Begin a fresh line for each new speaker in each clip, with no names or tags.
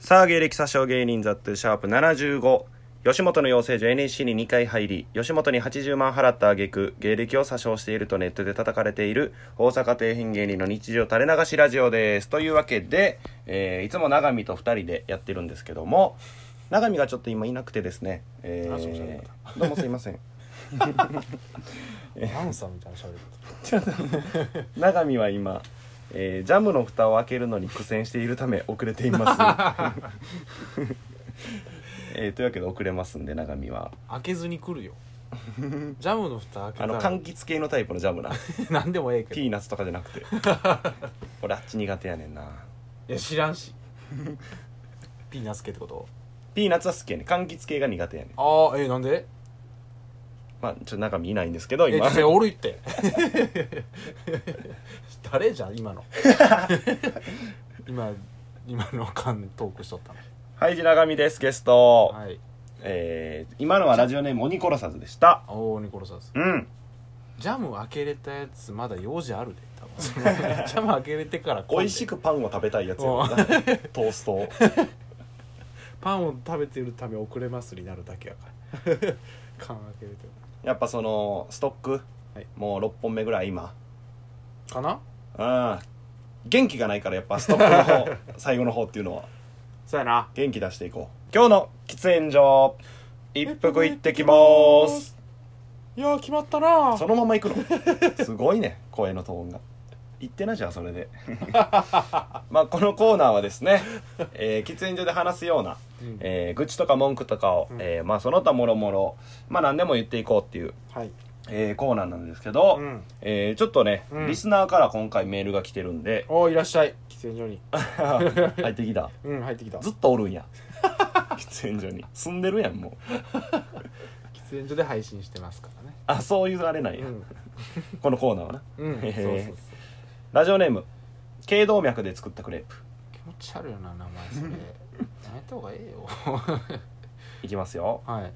さあ、芸歴詐称芸人ザットゥシャープ75。吉本の養成所 NSC に2回入り、吉本に80万払った挙句、芸歴を詐称しているとネットで叩かれている、大阪底辺芸人の日常垂れ流しラジオです。というわけで、えーいつも永見と2人でやってるんですけども、永見がちょっと今いなくてですね、えー
あそうじゃなか
どうもすいません。
アンサーみたいな喋り方
永見は今、えージャムの蓋を開けるのに苦戦しているため遅れてい ます、えーというわけで遅れますんで永見は
開けずに来 るよジャムの蓋開け
あ
た
の
ら
柑橘系のタイプのジャ ムな
何でもええけど
ピ
い
ーナッツとかじゃなく て俺あっち苦手やねんな
や知ら んしピーナッツ系ってこと
ピーナッツは好きやねん柑橘系が苦手やねん
ああえなんで
まあちょっと永見いないんですけど
え
今
ちょ俺言って 誰じゃん今 の今今の間トークしとったの
はいじ永見ですゲスト、
はい
えー今のはラジオネーム鬼殺さずでした
おおニコロサス
うん
ジャム開けれたやつまだ用事あるで多分その ジャム開けれてから
美味しくパンを食べたいやつやもんな トーストを
パンを食べてるため遅れますになるだけやから 缶開けると
やっぱそのストック、
はい
もう6本目ぐらい今
かな
うん元気がないからやっぱストックの方 最後の方っていうのは
そうやな
元気出していこう今日の喫煙所一服行ってきます
いやー決まったな
そのまま行くのすごいね声のトーンが言ってなじゃあそれ でまあこのコーナーはですね、えー喫煙所で話すような、
うん
えー愚痴とか文句とかを、
うん
えーまあその他もろもろまあ何でも言っていこうっていう、
はい
えーコーナーなんですけど、
うん
えーちょっとね、
うん
リスナーから今回メールが来てるん で
おーいらっしゃい喫煙所に
入ってきた
うん入ってきた
ずっとおる んや喫煙所に住んでるやんもう
喫煙所で配信してますからね
あそういうあれなんや、このコーナーはな
うん、うん、そう
へ
そう
へ
そう
ラジオネーム頸動脈で作ったクレープ
気持ち悪いよな名前 それやめた方がええよ
いきますよ
はい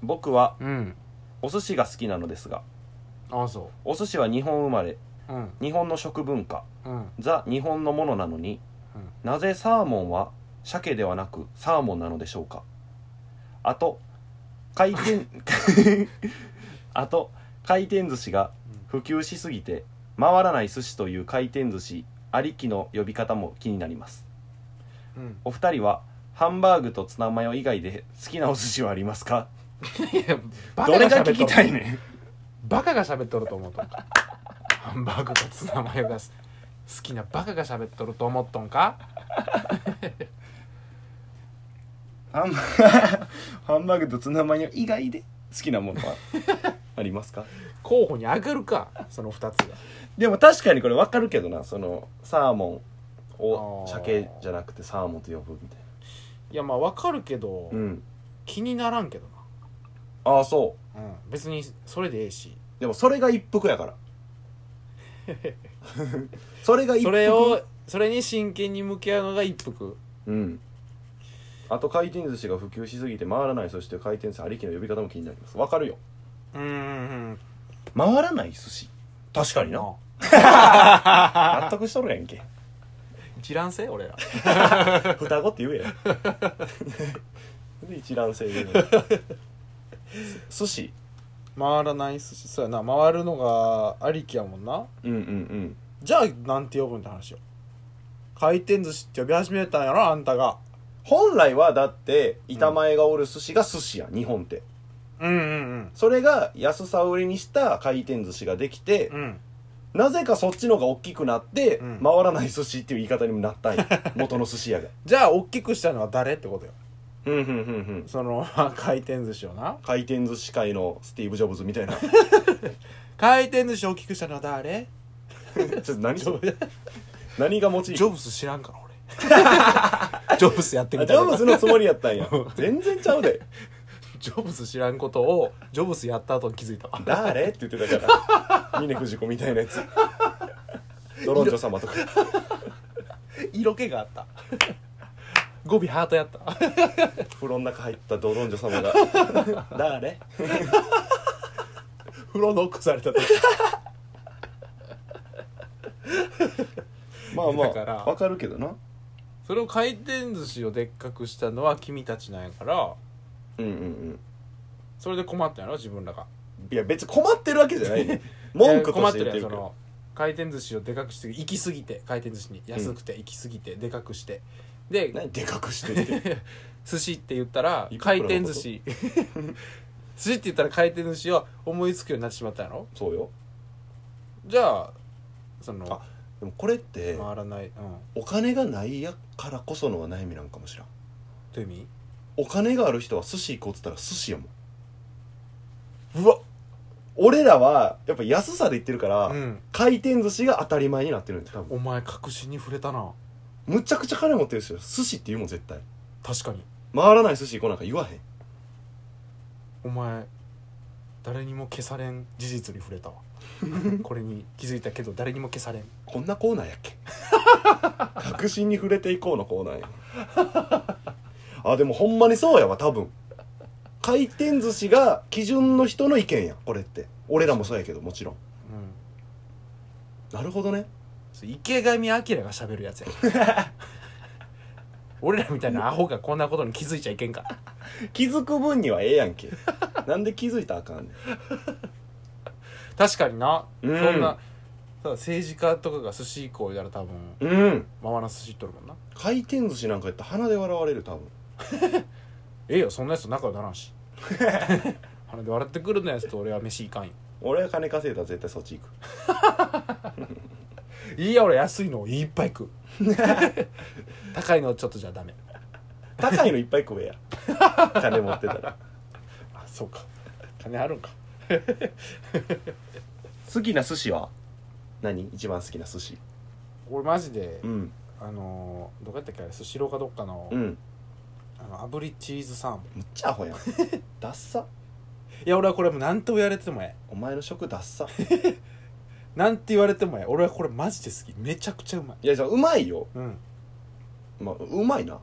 僕は
うん
お寿司が好きなのですが
ああそ
お寿司は日本生まれ
ううん
日本の食文化
うん
ザ日本のものなのに
うん
なぜサーモンは鮭ではなくサーモンなのでしょうかあと回転 あと回転寿司が普及しすぎて回らない寿司という回転寿司ありきの呼び方も気になります
うん
お二人はハンバーグとツナマヨ以外で好きなお寿司はありますか
いやバ
ど
カ
れ
が
が聞
喋っと
き
る
たいね
バカが喋っとると思うとんかハンバーグとツナマヨがす好きなバカが喋っとると思っとんか
ハンバハンバーグとツナマヨ以外で好きなものは ありますか
候補に上がるかその2つが
でも確かにこれ分かるけどなそのサーモン
あ
を
ー
鮭じゃなくてサーモンと呼ぶみたい
いやまあわかるけど、
なうん
気にならんけど
ああそ
な、うん、別にそれでええし
うでもそれが一服や からそれが一服
それをそれに真剣に向き合うのが一服
うんあと回転寿司が普及しすぎて回らないそして回転寿司ありきの呼び方も気になります分かるよ
うんうん
回らない寿司確かにな
あ
納得しとるやん け
一覧性俺ら
双子って言えや で一卵性で 寿司
回らない寿司そうやな回るのがありきやもんな
うんうんうん
じゃあなんて呼ぶんって話よ回転寿司って呼び始めたんやろあんたが
本来はだって板前がおる寿司が寿司やん日本って
うんうん
それが安さを売りにした回転寿司ができて、
うんうん
なぜかそっちのが大きくなって、
うん
回らない寿司っていう言い方にもな ったんや元の寿司屋が
じゃあ大きくしたのは誰ってことよ
うんうんうんうん
その回転寿司をな
回転寿司界のスティーブ・ジョブズみたい なち
回転寿司を大きくしたのは誰
ょっと何それ何がモチーフ
ジョブス知らんから 俺ジョブスやって
あ
み
ジ
た
ョ
けど
ブズのつもりやったんや全然 ちゃうで
ジョブス知らんことをジョブスやった後に気づいたわ
誰って言ってたから峰不二子みたいなや つドロンジョ様とか
色気があった語尾ハートやった
風呂の中入ったドロンジョ様が 誰
風呂ノックされた時
まあま
だから
あわかるけどな
それを回転寿司をでっかくしたのは君たちなんやから
うんうんうん
それで困ったんやろ自分らが
いや別に困ってるわけじゃないね文句として言って
えー困ってる
る
やん
け
そ
ど
の回転寿司をでかくして行き過ぎて回転寿司に安くて行き過ぎてでかくしてで
何でかくしてって
寿司って言ったら
いくら
回
のこと
転寿司寿司って言ったら回転寿司を思いつくようになってしまったんやろ
そうよ
じゃあその
あでもこれって
回らないうん
お金がないやからこそのは悩みなんかもしらん
という意味
お金がある人は寿司行こうっつったら寿司やもん
うわ
俺らはやっぱ安さで言ってるから、
うん
回転寿司が当たり前になってるんです多分
お前確信に触れたな
むちゃくちゃ金持ってる人寿司って言うもん絶対
確かに
回らない寿司行こうなんか言わへん
お前誰にも消されん事実に触 れたわこれに気づいたけど誰にも消されん
こんなコーナーやっけ 確信に触れていこうのコーナーやあでもほんまにそうやわ多分回転寿司が基準の人の意見やこれって俺らもそうやけどもちろん
うん
なるほどね
それ池上彰が喋るやつや 俺らみたいなアホがこんなことに気づいちゃいけんから
気づく分にはええやんけなんで気づいたらあかんねん
確かにな、
うん
そんなただ政治家とかが寿司以降やら多分
うん
ままな寿司とるもんな
回転寿司なんかやったら鼻で笑われる多分
ええよそんなやつと仲良くならん し鼻で笑ってくるのやつと俺は飯いかんよ
俺が金稼いだら絶対そっち行く
いいや俺安いのをいっぱい食う 高いのちょっとじゃダメ
高いのいっぱい食え や金持ってたら
あそうか金あるんか
好きな寿司は何一番好きな寿司
俺マジで、
うん
あのーどこやったっけあれスシローかどっかの,、
うん
あの炙りチーズサーモン
むっちゃアホやん ダッサ
いや俺はこれもう何と言われてもえ
お前の食ダッサ
えなんて言われてもええ俺はこれマジで好きめちゃくちゃうまい
いやじゃあうまいよ
うん
まあうまい な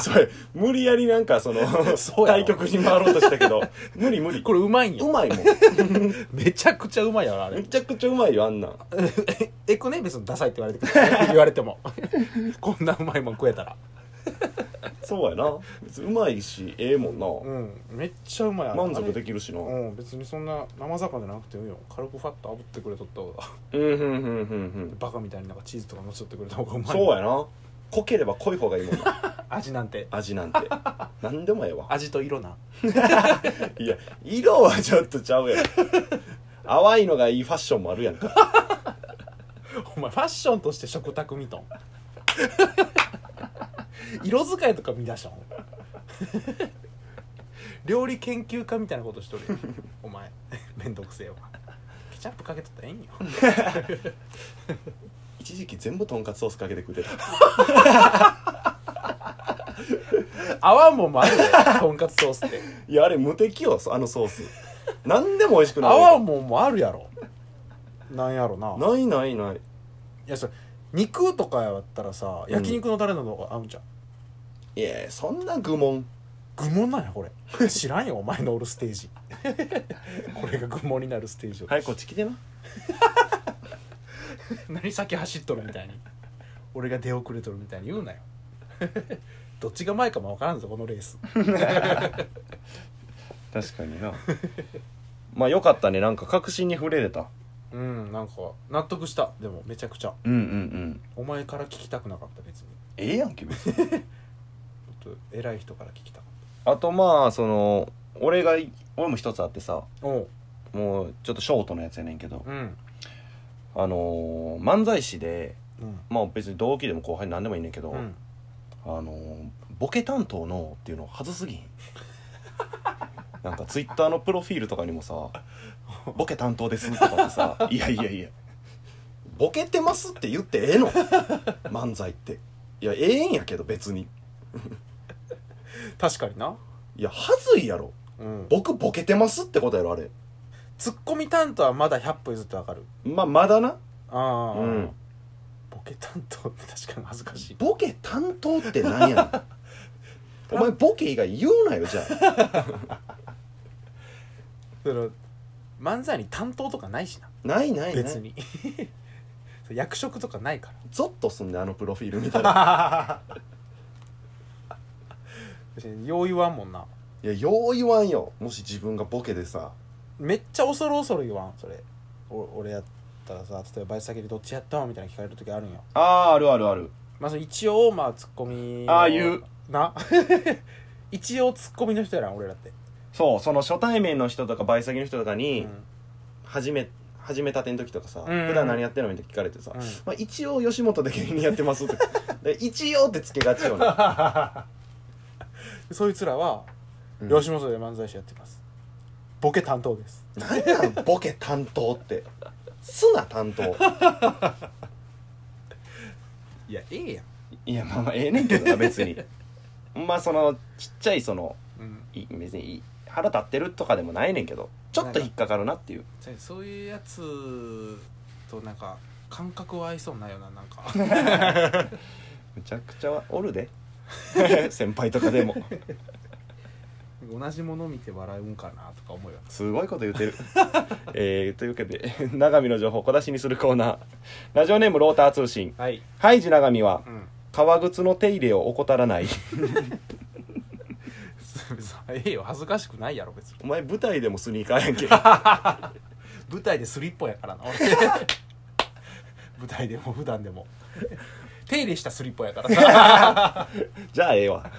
それ無理やりなんかその
そうやろ
対局に回ろうとした けど無理無理
これうまいん
う
よ
まいもん
めちゃくちゃうまいやろあ
め
れ
ちゃくちゃうまいよあんなん
えくね別にダサいって言われてくる言われて もこんなうまいもん食えたら
そうやな別にうまいしええもんな、
うんめっちゃうまいあれ
満足できるしな
あれうん別にそんな生魚じゃなくていいよ軽くファッと炙ってくれとった方が
うんうんうんうんうん
バカみたいになんかチーズとかのっちゃってくれた方がうまい
そうやな濃ければ濃い方がいいもんな
味なんて
味なん て何でもええわ
味と色ない
や色はちょっとちゃうやん淡いのがいいファッションもあるやんか
お前ファッションとして食卓見とん 色使いとか見出したん 料理研究家みたいなことしとるよお前めんどくせえわケチャップかけとったらええんよ
一時期全部とんかつソースかけてくれた
泡もんもあるよとんかつソースって
いやあれ無敵よあのソース何でも美味しくない
泡もんもあるやろなんやろな
ないないない
いやそれ肉とかやったらさ
うん
焼肉のタレなどが合うんじゃん、
いやそんな愚問
愚問なんやこれ 知らんよお前のおるステージ これが愚問になるステージを
はいこっち来てな
何先走っとるみたいに俺が出遅れとるみたいに言うなよ どっちが前かも分からんぞこのレース
確かにな まあよかったねなんか確信に触れれた
うんなんか納得したでもめちゃくちゃ
うんうんうん
お前から聞きたくなかった別に
ええやんけ別に
ちょっと偉い人から聞きたかっ
あとまあその俺がい俺も一つあってさ
たおう
もうちょっとショートのやつやねんけど
うん
あのー漫才師で
うん
まあ別に同期でも後輩なんでもいいねんけど、
うん
あのーボケ担当のっていうの外すぎひん なんかツイッターのプロフィールとかにもさ「ボケ担当です」とかってさ 「いやいやいやボケてます」って言ってええの 漫才っていやええんやけど別に
確かにない
やはずいやろ
うん
僕ボケてますってことやろあれ
ツッコミ担当はまだ100歩譲って分かる
まあまだな
ああ、
うん
ボケ担当って確かに恥ずかしい
ボケ担当ってなんや ねんお前ボケ以外言うなよじゃあ
その漫才に担当とかないしな
ないないない
別に役職とかない から
ゾッとすんであのプロフィール見た ら
確かによう言わんもんない
やよう言わんよもし自分がボケでさ
めっちゃ恐る恐る言わんそれお俺やったらさ例えばバイト先でどっちやったんみたいな聞かれる時あるんよ
あああるあるある
まあその一応まあツッコミの
ああ言う
な 一応ツッコミの人やな俺らって、
そうその初対面の人とかバイト先の人とか
う
に、
ん
始め始めたての時とかさ、
うん
普段何やってんのみたいな聞かれてさ、
うん
まあ、一応吉本で芸人やってますって で一応ってつけがちよね
そいつらは、
うん
吉本で漫才師やってますボケ担当です
何なんボケ担当ってすな担 当
いやええやん、
いやまあまあええねんけどな別にまあそのちっちゃいその
うん、
い別にいい腹立ってるとかでもないねんけどちょっと引っかかるなっていう
そうそういうやつとなんか感覚は合いそうないよななんか
むちゃくちゃはおる で先輩とかでも
同じもの見て笑うんかなとか思うよ
すごいこと言 ってる、えー、というわけで長見の情報を小出しにするコーナーラジオネームローター通信
はい、
ハイジ長見は
うん、
革靴の手入れを怠らない
ええよ恥ずかしくないやろ 別に
お前舞台でもスニーカーやんけ
舞台でスリッポやからな俺 舞台でも普段でも手入れしたスリッポやからさ
じゃあええわ